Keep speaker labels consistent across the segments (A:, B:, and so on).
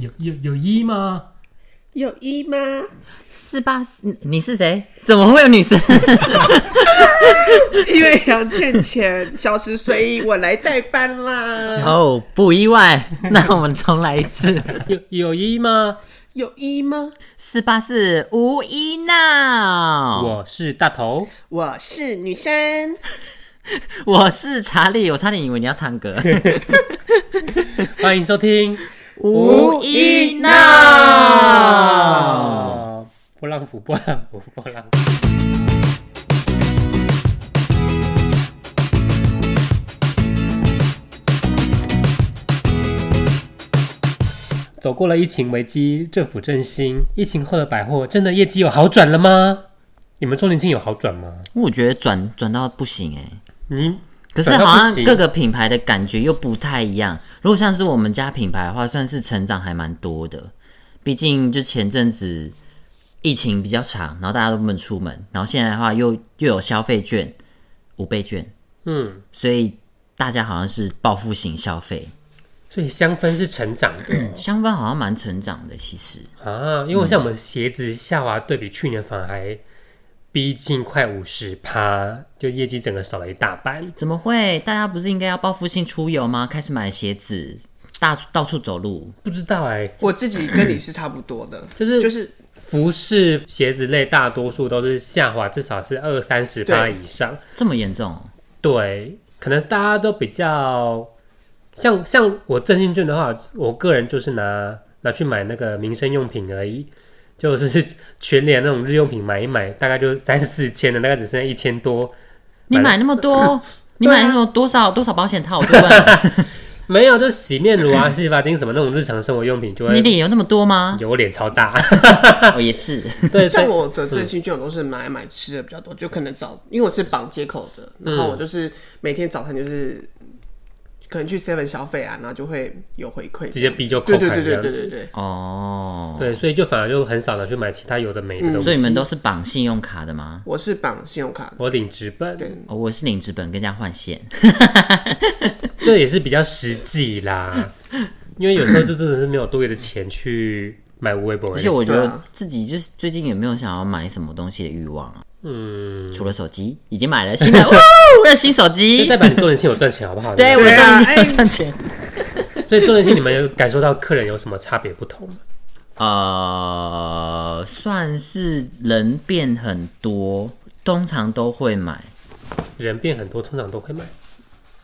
A: 有有有一吗？
B: 有一吗？
C: 四八四，你你是谁？怎么会有女生？
B: 因为杨倩倩消失，所以我来代班啦。
C: 哦，不意外。 那我们重来一次。
A: 有有一吗？
B: 有一吗？
C: 四八四无一闹，
A: 我是大头，
B: 我是女生，
C: 我是查理，我差点以为你要唱歌。
A: 欢迎收听。
C: 无一闹
A: 哦，波浪符，波浪符，波浪符。走过了疫情危机，政府振兴，疫情后的百货真的业绩有好转了吗？你们周年庆有好转吗？
C: 我觉得转转到不行哎、
A: 你
C: 可是
A: 转到
C: 好
A: 不
C: 像
A: 行
C: 各个品牌的感觉又不太一样。如果像是我们家品牌的话，算是成长还蛮多的。毕竟就前阵子疫情比较长，然后大家都不能出门，然后现在的话又又有消费券、五倍券，
A: 嗯，
C: 所以大家好像是报复型消费，
A: 所以香氛是成长的
B: 嗯
A: 哦
C: 香氛好像蛮成长的。其实
A: 啊，因为像我们鞋子下滑对比去年反而还逼近快五十趴，就业绩整个少了一大半。
C: 怎么会？大家不是应该要报复性出游吗？开始买鞋子，大到处走路。
A: 不知道哎、
B: 我自己跟你是差不多的，
A: 就是
B: 就是
A: 服饰、鞋子类大多数都是下滑，至少是二三十趴
B: 对
A: 以上。
C: 这么严重哦？
A: 对，可能大家都比较像像我振兴券的话，我个人就是拿拿去买那个民生用品而已，就是全脸那种日用品买一买，大概就三四千的，大概只剩下一千多。
C: 你买那 么多，你
A: 啊
C: 买那么多少多少保险套？我就问
A: 没有，就洗面乳啊、洗发精什么那种日常生活用品，就
C: 你
A: 会
C: 脸有那么多吗？
A: 有脸超 大。
C: 我也是，
A: 对，
B: 像
A: 对
B: 我的最近就都是买买吃的比较多，就可能早，因为我是绑接口的，然后我就是每天早餐就是可能去 Seven 消费啊，然后就会有回馈，
A: 直接逼就扣
B: 对对
A: 款
B: 对
A: 这
B: 对
A: 样
B: 对
A: 子。
B: 对对，
C: 哦，
A: 对，所以就反而就很少的去买其他有的没的东
C: 嗯所以
A: 西。
C: 你们都是绑信用卡的吗？
B: 我是绑信用卡的，
A: 我领直奔，
B: 对
C: 哦，我是领纸本跟人家换现，
A: 这也是比较实际啦。因为有时候就真的是没有多余的钱去买无微博
C: 而，且我觉
B: 对
C: 得
B: 啊
C: 自己就是最近有没有想要买什么东西的欲望啊？
A: 嗯，
C: 除了手机，已经买了新的， 哇，哦我有新手
A: 就
C: 机
A: 代，表你周年庆有赚钱好不 好？
C: 对我
B: 对啊
C: 终于有赚钱。
A: 所以周年庆你们有感受到客人有什么差别不同吗？
C: 呃，算是人变很多，通常都会买。
A: 人变很多，通常都会买，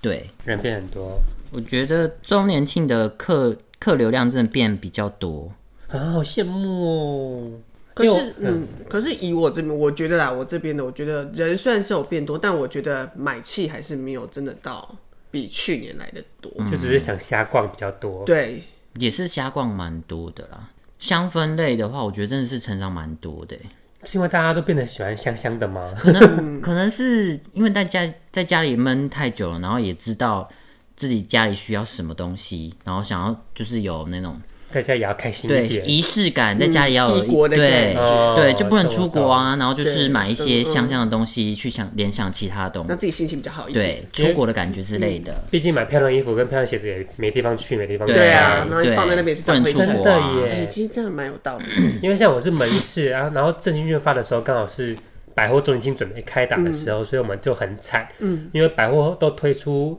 C: 对，
A: 人变很多
C: 我觉得周年庆的客客流量真的变比较多。
A: 啊，好羡慕哦。
B: 可
A: 因为
B: 是
A: 我，
B: 嗯，可是以我这边，我觉得啦，我这边的，我觉得人虽然是有变多，但我觉得买气还是没有真的到比去年来的多。
C: 嗯
A: 就只是想瞎逛比较多。
B: 对，
C: 也是瞎逛蛮多的啦。香氛类的话，我觉得真的是成长蛮多的欸，
A: 是因为大家都变得喜欢香香的吗？
B: 嗯
C: 可能可能是因为在家在家里闷太久了，然后也知道自己家里需要什么东西，然后想要就是有那种
A: 在家也要开心
C: 对
A: 一点。
C: 仪式感，在家里要有
B: 嗯异国的
C: 对
B: 感觉
A: 哦
C: 对，就不能出国啊，然后就
B: 对嗯
C: 是买一些
B: 嗯嗯
C: 香香的东西去想联想其他的东
B: 让
C: 西，
B: 自己心情比较好一点。
C: 对，出国的感觉之类的。
A: 毕竟买漂亮衣服跟漂亮鞋子也没地方去，没地方
C: 对
B: 对啊，
A: 穿
B: 然后你
C: 对
B: 放在那边也是
C: 不
B: 长
C: 能
B: 灰
C: 出
B: 尘
A: 真。
C: 国
A: 的
C: 啊
A: 耶
B: 哎、其实真的蛮有道理的。
A: 因为像我是门市啊，然后振兴券发的时候刚好是百货周年庆准备开打的时候，所以我们就很惨。嗯，因为百货都推出，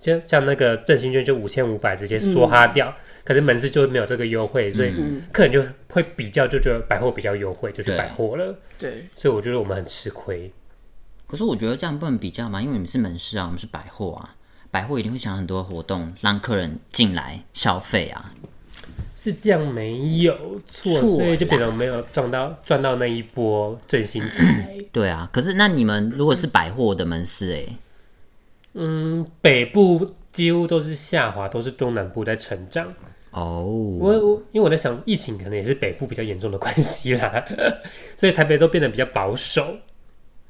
A: 像像那个振兴券就五千五百直接梭哈掉，可是门市就没有这个优惠，所以客人就会比较就觉得百货比较优惠，就去
C: 嗯对
A: 百货了。
B: 对，
A: 所以我觉得我们很吃亏。
C: 可是我觉得这样不能比较嘛，因为你们是门市啊，我们是百货啊，百货一定会想很多活动让客人进来消费啊。
A: 是这样没有错，
C: 错
A: 所以就
C: 啦
A: 变成没有赚到赚到那一波振兴财。
C: 对啊，可是那你们如果是百货的门市、欸，
A: 嗯，北部几乎都是下滑，都是中南部在成长。我
C: 哦，
A: 我因为我在想，疫情可能也是北部比较严重的关系啦， 所以台北都变得比较保守。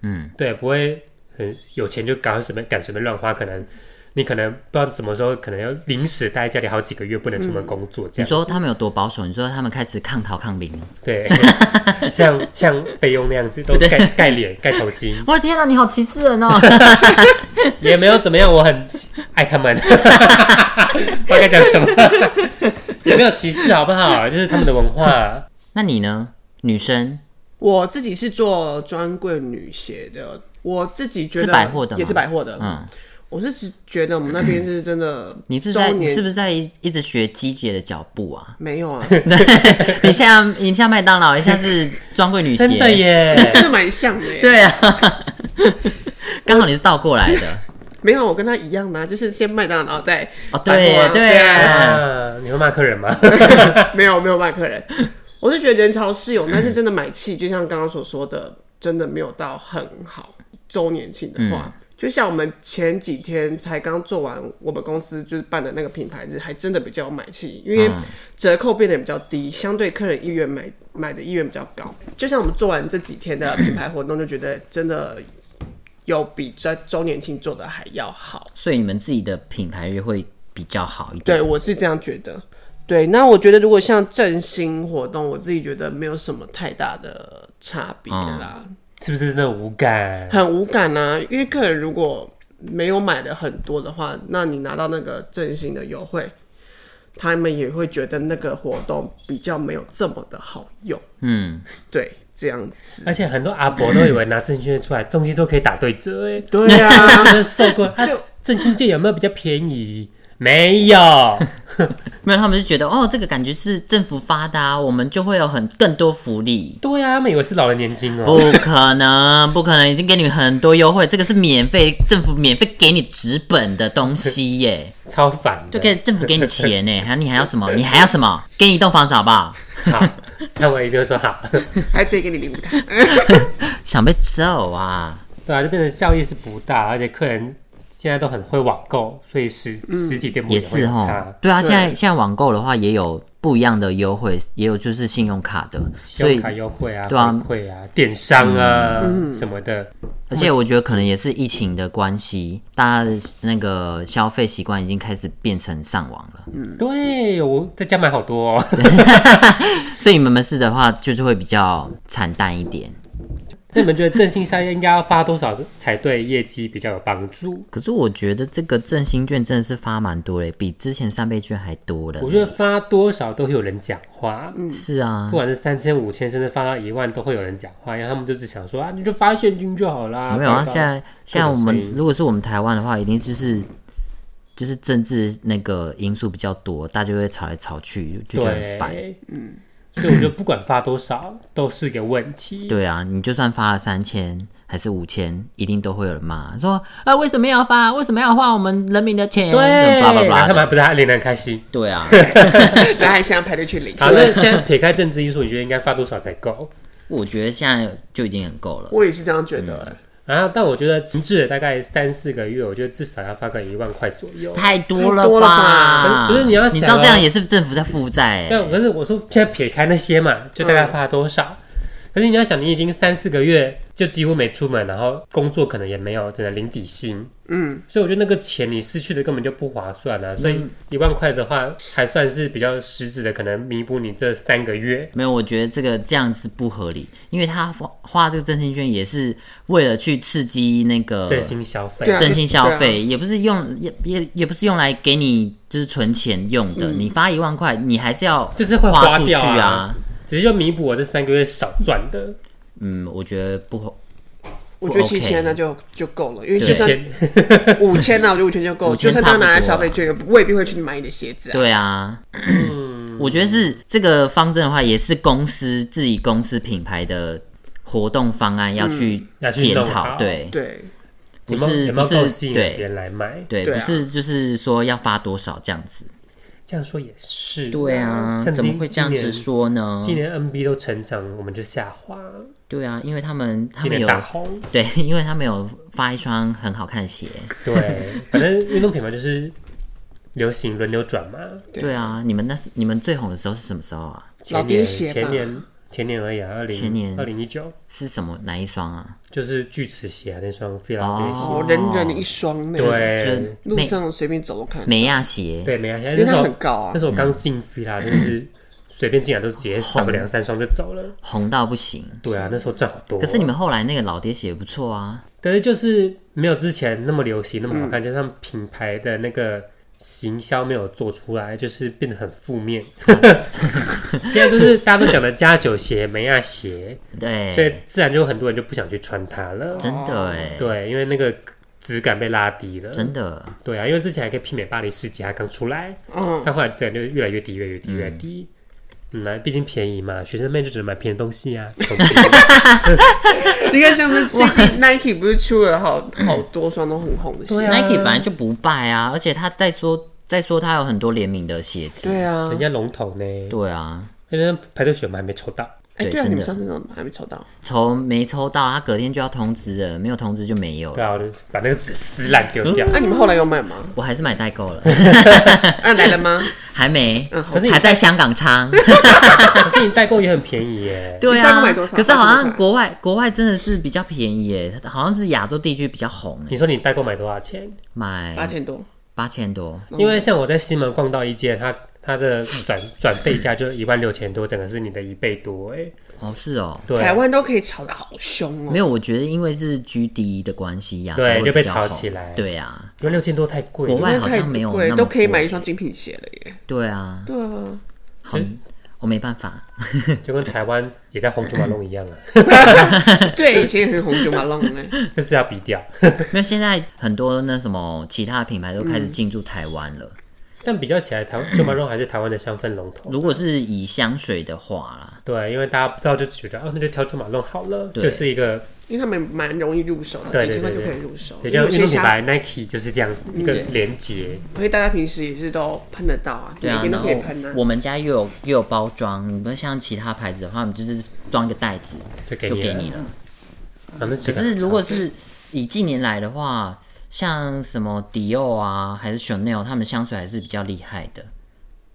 C: 嗯，
A: 对，不会很有钱就赶快随便敢随便乱花，可能你可能不知道什么时候可能要临时待在家里好几个月，不能出门工作这样。
C: 你说他们有多保守？你说他们开始抗逃抗零？
A: 对，像像菲佣那样 子都盖盖脸盖头巾，
C: 我的天哪、你好歧视人哦！
A: 也没有怎么样，我很爱他们。我该讲什么？也没有歧视好不好？就是他们的文化。
C: 那你呢？女生
B: 我自己是做专柜女鞋的，我自己觉得
C: 是百货的吗
B: 也是百货的。
C: 嗯，
B: 我是只觉得我们那边是真的周年，
C: 你不是在你是不是在一一直学机姐的脚步啊？
B: 没 有啊？
C: 你像你像麦当劳，一下是专柜女鞋，
A: 真的耶，
B: 真的蛮像的耶。
C: 对啊， 刚好你是倒过来的
B: 没有，我跟他一样的啊，就是先麦当劳，然后再
C: 哦，
B: 百货
C: 对
B: 啊
C: 耶对啊，
A: 啊，你会骂客人吗？
B: 没有没有卖客人，我是觉得人潮是有，但是真的买气，就像刚刚所说的，真的没有到很好。周年庆的话，就像我们前几天才刚做完我们公司就是办的那个品牌日，还真的比较有买气，因为折扣变得比较低，相对客人意愿买买的意愿比较高。就像我们做完这几天的品牌活动，就觉得真的有比在周年庆做的还要好。
C: 所以你们自己的品牌日会比较好一点。
B: 对，我是这样觉得。对，那我觉得如果像振兴活动，我自己觉得没有什么太大的差别
C: 嗯
B: 啦，
A: 是不是真的无感？
B: 很无感啊。因为客人如果没有买的很多的话，那你拿到那个振兴的优惠，他们也会觉得那个活动比较没有这么的好用。
C: 嗯，
B: 对，这样子。
A: 而且很多阿伯都以为拿证券出来，东西都可以打对折、欸，
B: 对啊，
A: 真的受够了。啊
B: 就
A: 证券界有没有比较便宜？没有，
C: 没有，他们就觉得哦，这个感觉是政府发的、啊，我们就会有很更多 福利。
A: 对呀、啊，他们以为是老人年金哦、
C: 不可能，不可能，已经给你们很多优惠，这个是免费，政府免费给你纸本的东西 耶，
A: 超烦
C: 就
A: 的。
C: 给政府给你 钱呢，还有你还要什么？你还要什么？给你一栋房子好不好？
A: 好，那我一定会说好。
B: 还直接给你礼物卡。
C: 想被揍啊！
A: 对啊，就变成效益是不大，而且客人现在都很会网购，所以实、实体店铺
C: 也
A: 会
C: 是
A: 很
C: 哈
A: 差。，
C: 对啊，
B: 对
C: 现在现在网购的话也有不一样的优惠，也有就是信用卡的，
A: 信
C: 所
A: 用
C: 以
A: 卡优惠啊，
C: 对啊
A: 回馈啊，电商啊、什么的，
C: 而且我觉得可能也是疫情的关系，大家的那个消费习惯已经开始变成上网了，
A: 对我在家买好多、哦。
C: 所以你们门市的话就是会比较惨淡一点。
A: 那你们觉得振兴商业应该要发多少才对业绩比较有帮助？
C: 可是我觉得这个振兴券真的是发蛮多嘞，比之前三倍券还多了。
A: 我觉得发多少都会有人讲话，
C: 是啊
A: 不，管是三千、五千，甚至发到一万，都会有人讲话，因为他们就只想说啊，你就发现金就好啦。
C: 没有啊。
A: 报道
C: 现在现在我
A: 各种声
C: 们
A: 音
C: 如果是我们台湾的话，一定就是就是政治那个因素比较多，大家就会吵来吵去，就觉得很烦。
A: 对，嗯，所以我觉得不管发多少都是个问题。
C: 对啊，你就算发了三千还是五千，一定都会有人骂说啊，为什么要发？为什么要花我们人民的钱？叭叭
A: 然后他们还
C: 叭 的。
A: 不是还领得很开 心？
C: 对啊，
B: 然后还想排队去领。
A: 好，那现在撇开政治因素，你觉得应该发多少才够？
C: 我觉得现在就已经很够了。
B: 我也是这样觉得、
C: 嗯
A: 然啊后，但我觉得停滞了大概三四个月，我觉得至少要发个一万块左右。
C: 太多
B: 太多了
C: 吧？
A: 吧可是你要想
C: 你知道
A: 哦
C: 这样也是政府在负债、欸。
A: 但可是我说现在撇开那些嘛，就大概发多
C: 嗯
A: 少？可是你要想，你已经三四个月就几乎没出门，然后工作可能也没有，只能零底薪。
B: 嗯，
A: 所以我觉得那个钱你失去的根本就不划算
C: 嗯
A: 啊。所以一万块的话，还算是比较实质的，可能弥补你这三个月。
C: 没有，我觉得这个这样是不合理，因为他花花这个振兴券也是为了去刺激那个
A: 振兴消费，
B: 对啊
C: 振兴消
B: 对
C: 费，也不是用也也也不是用来给你就是存钱用
B: 嗯
C: 的。你发一万块，你还是要
A: 就是会
C: 花
A: 花
C: 出去
A: 掉
C: 啊
A: 啊。只是就弥补我这三个月少赚的
C: 嗯，我觉得不合，
B: 我觉得
C: 不 OK
B: 七千那就就够了，因为
A: 之
B: 就算
A: 前，
B: 五千啊 呢，我觉得五千就够，
C: 5000
B: 就算他拿来
C: 差
B: 消
C: 不多啊
B: 费券，也未必会去买你的鞋子啊。
C: 对啊。
A: 嗯
C: 我觉得是这个方针的话，也是公司自己公司品牌的活动方案要去
A: 嗯要去
C: 检
A: 弄
C: 讨，
A: 好
C: 对
B: 对，
C: 不
A: 有没有
C: 是
A: 有没有
C: 不
A: 够
C: 是
A: 吸引
C: 对
A: 别人来买？
C: 对，
B: 对
C: 不
B: 啊
C: 是就是说要发多少这样子。
A: 这样说也是，
C: 对啊，
A: 像
C: 怎
A: 今
C: 么会这样
A: 今
C: 子
A: 年
C: 说呢？
A: 今年 NB 都成长，我们就下滑。
C: 对啊，因为他们他
A: 今
C: 们
A: 年
C: 有
A: 大红，
C: 对， 因为他们有发一双很好看的鞋。
A: 对，反正运动品牌就是流行轮流转嘛。
B: 对
C: 对啊，你们那你们最红的时候是什么时候啊？
A: 前
B: 老爹
A: 年、
B: 鞋
A: 前
B: 吧
A: 年、前年而已啊，二零
C: 前年
A: 二零一九
C: 是什么哪一双啊？
A: 就是锯齿鞋啊，那双菲拉爹鞋。
C: 哦
B: 我人人一双那个，
A: 对
C: 就
B: 路
C: 美
B: 上随便走都看得到，
C: 美亚鞋，
A: 呃对，没关系。
B: 因为
A: 那时
B: 它
A: 候
B: 很高啊
A: 那。时候我刚进菲 拉，真的是随便进来都直接扫个两三双就走了。
C: 红到不行。
A: 对啊，那时候赚好多。
C: 嗯可是你们后来那个老爹鞋也不错啊，嗯
A: 可是就是没有之前那么流行，那么好看，就是他们品牌的那个行销没有做出来，就是变得很负 面。现在就是大家都讲的加九鞋、梅亚鞋，
C: 对，
A: 所以自然就很多人就不想去穿它了。
C: 哎真的哎、
A: 对，因为那个质感被拉低了。
C: 真的，
A: 对啊，因为之前还可以媲美巴黎世家刚出来，
B: 嗯，
A: 但后来自然就越来越低，越来越低，越来越低。嗯，那毕竟便宜嘛，学生妹就只能买便宜的东西 啊。穷逼
B: 你看像是最近 Nike 不是出了 好好多双都很红的鞋，
A: 对啊
C: Nike 本来就不败啊，而且他再说再说他有很多联名的鞋子，
B: 对啊
A: 人，家龙头呢，
C: 对啊，
A: 人家排队选我们还没抽到。
B: 哎，
C: 对
B: 对啊，
C: 真的
B: 你们上次怎么还没抽到？
C: 抽没抽到，他隔天就要通知了，没有通知就没有
A: 对
C: 了。
A: 啊，我就把那个纸撕烂丢掉。
C: 嗯
B: 啊那你们后来有买 吗？
C: 我还是买代 购了，
B: 啊，来了吗？
C: 还没，
B: 嗯好
A: 可是你
C: 还在香 港 仓。
A: 可是你代购也很便宜耶。
C: 对
B: 你大
C: 啊
B: 概买多，少
C: 可是好
B: 八十
C: 像
B: 块
C: 国外国外真的是比较便宜耶，好像是亚洲地区比较红耶，
A: 你说你代购买多少钱？
C: 买
B: 八千多，
C: 八千多，
B: 嗯
A: 因为像我在西门逛到一间，它它的转转费价就一万六千多，整个是你的一倍多哎。
C: 哦是哦。
A: 对，啊
B: 台湾都可以炒的好凶哦
C: 没。有，我觉得因为是 GD 的关系呀、
A: 对
C: 亚洲
A: 就被
C: 比较红
A: 炒起来
C: 对啊，
A: 一万六千多太贵
C: 国
A: 了。
C: 外
B: 那
C: 好
B: 太
C: 像没有
B: 贵
C: 那么
B: 都可以买
C: 贵
B: 一双精品鞋了耶。
C: 对啊，
B: 对啊，
C: 好，我没办法。
A: 就跟台湾也在红竹马弄一样啊，
B: 对，以前也很红九马浪嘞。
A: 就是要比掉。
C: 没有，现在很多那什么其他品牌都开
B: 嗯
C: 始进驻台湾了。
A: 但比较起来，台湾九马肉还是台湾的香氛龙头。
C: 嗯如果是以香水的话啦，
A: 对，啊因为大家不知道就觉得哦，那就挑九马弄好了，
C: 对
A: 就是一个
B: 因为他们蛮容易入手的，
A: 对
B: 几千
A: 对
B: 块就
A: 对
B: 可以入手。
A: 也
B: 因
A: 就
B: 为有
A: 运
B: 些
A: 动品
B: 虾，
A: 牌 Nike 就是这样子一个
C: 嗯
A: 连接。
B: 所以大家平时也是都喷得到啊，
C: 对
B: 每
C: 啊，
B: 天都
C: 然
B: 可以
C: 后
B: 喷啊。
C: 我们家又有又有包装，你不像其他牌子的话，我们就是装一个袋子
A: 就给
C: 就
A: 你
C: 给
A: 了
C: 你了。
A: 啊，那
C: 可
A: 只
C: 是如果是以近年来的话，像什么迪奥啊，还是 Chanel，他们香水还是比较厉害的，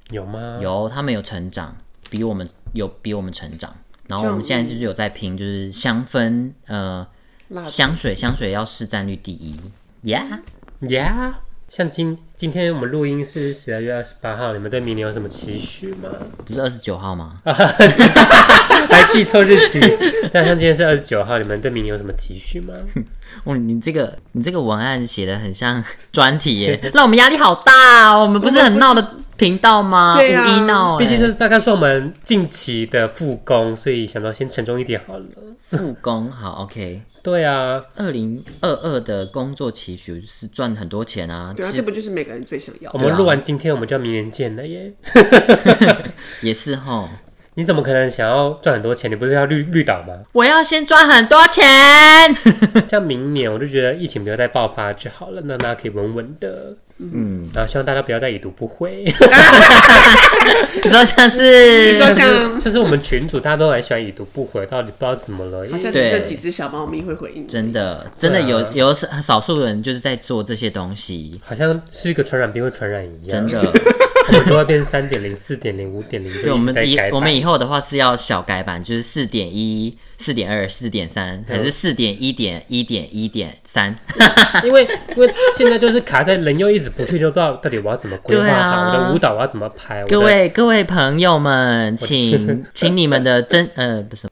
A: 有吗？
C: 有他们有成长，比我们有比我们成长。然后我们现在就是有在拼，就是香氛呃
B: 蜡烛
C: 香水，香水要市占率第一，Yeah。
A: Yeah，像今今天我们录音是十二月二十八号，你们对明年有什么期许吗？
C: 不是二十九 号吗？
A: 还记错日期，但像今天是二十九号，你们对明年有什么期许吗？
C: 哦，你这个你这个文案写的很像 专题耶，让我们压力好大、哦。我们不是很闹的频道吗？
B: 对啊
C: 五一闹欸耶，
A: 毕竟这是大概是我们近期的复工，所以想到先沉重一点好了。
C: 复工好 OK。
A: 对啊，
C: 二零二二的工作期许就是赚很多钱啊，
B: 对啊，
C: 其
B: 这
C: 实
B: 不就是每个人最想要
A: 我
B: 的？
A: 们录完今天，我们就要明年见了耶！
C: 也是哈。
A: 你怎么可能想要赚很多钱？你不是要绿绿岛 吗？
C: 我要先赚很多钱，
A: 像明年，我就觉得疫情不要再爆发就好了，那大家可以稳稳的。嗯，然后希望大家不要再已读不回。
C: 你说像是
B: 你说像
A: 就是我们群主大家都很喜欢已读不回，到底不知道怎么了。因
B: 好
A: 为
B: 像只剩
C: 对
B: 几只小猫咪会回应。
C: 真的真的有、
A: 对啊
C: 有少数人就是在做这些东西，
A: 好像是一个传染病会传染一样
C: 真，的。
A: 我们 就会变三点零、四点零、五点零，
C: 对，
A: 就
C: 我
A: 一直
C: 们
A: 在
C: 以
A: 改版
C: 我们以后的话是要小改版，就是四点一、四点二、四点三，还是四点一点一点一点三？
A: 因为因为现在就是卡在人又一直不去，就不知道到底我要怎么规划
C: 对
A: 好、
C: 啊
A: 我的舞蹈，我要怎么排。 我的
C: 各，位各位朋友们，请请你们的真呃不是，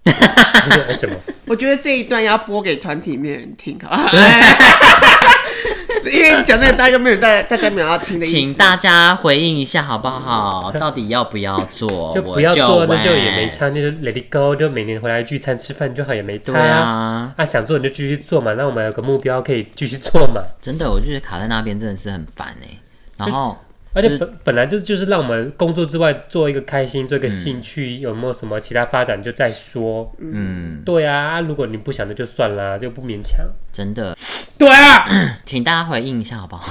A: 什么？
B: 我觉得这一段要播给团体面人听啊， 因为讲这个大家没有大大家没有要听的意思。
C: 请大家回应一下好 不好？到底要不要做？
A: 就
C: 我
A: 不要做，那
C: 问
A: 就也没差，那就 let it go，就每年回来聚餐吃饭就好，也没差。
C: 对啊，
A: 啊，想做你就继续做嘛，那我们有个目标可以继续做嘛。
C: 真的，我就觉得卡在那边真的是很烦哎、然后
A: 而且本本来就就是让我们工作之外做一个开心，做一个兴趣，有没有什么其他发展就再说。嗯，对啊，如果你不想的就算啦，就不勉强。
C: 真的，
A: 对啊，
C: 请大家回应一下好不好？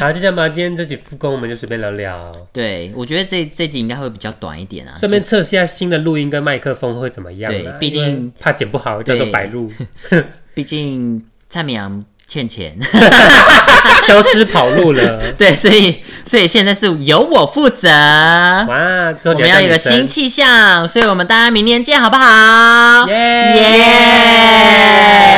A: 好，就这样吧。今天这集复工我们就随便聊
C: 啊
A: 聊，
C: 对，我觉得这这集应该会比较短一点啊，
A: 顺便测试一下新的录音跟麦克风会怎么样
C: 对
A: 啦。
C: 毕竟
A: 因为怕剪不好，叫做
C: 对
A: 白录，
C: 毕竟蔡明阳欠钱，
A: 消失跑路了。
C: 对，所以所以现在是由我负责，
A: 哇，之后
C: 我
A: 你
C: 们要有
A: 当
C: 个
A: 女
C: 新
A: 生
C: 哦气象，所以我们大家明年见，好不好？
A: 耶
C: 耶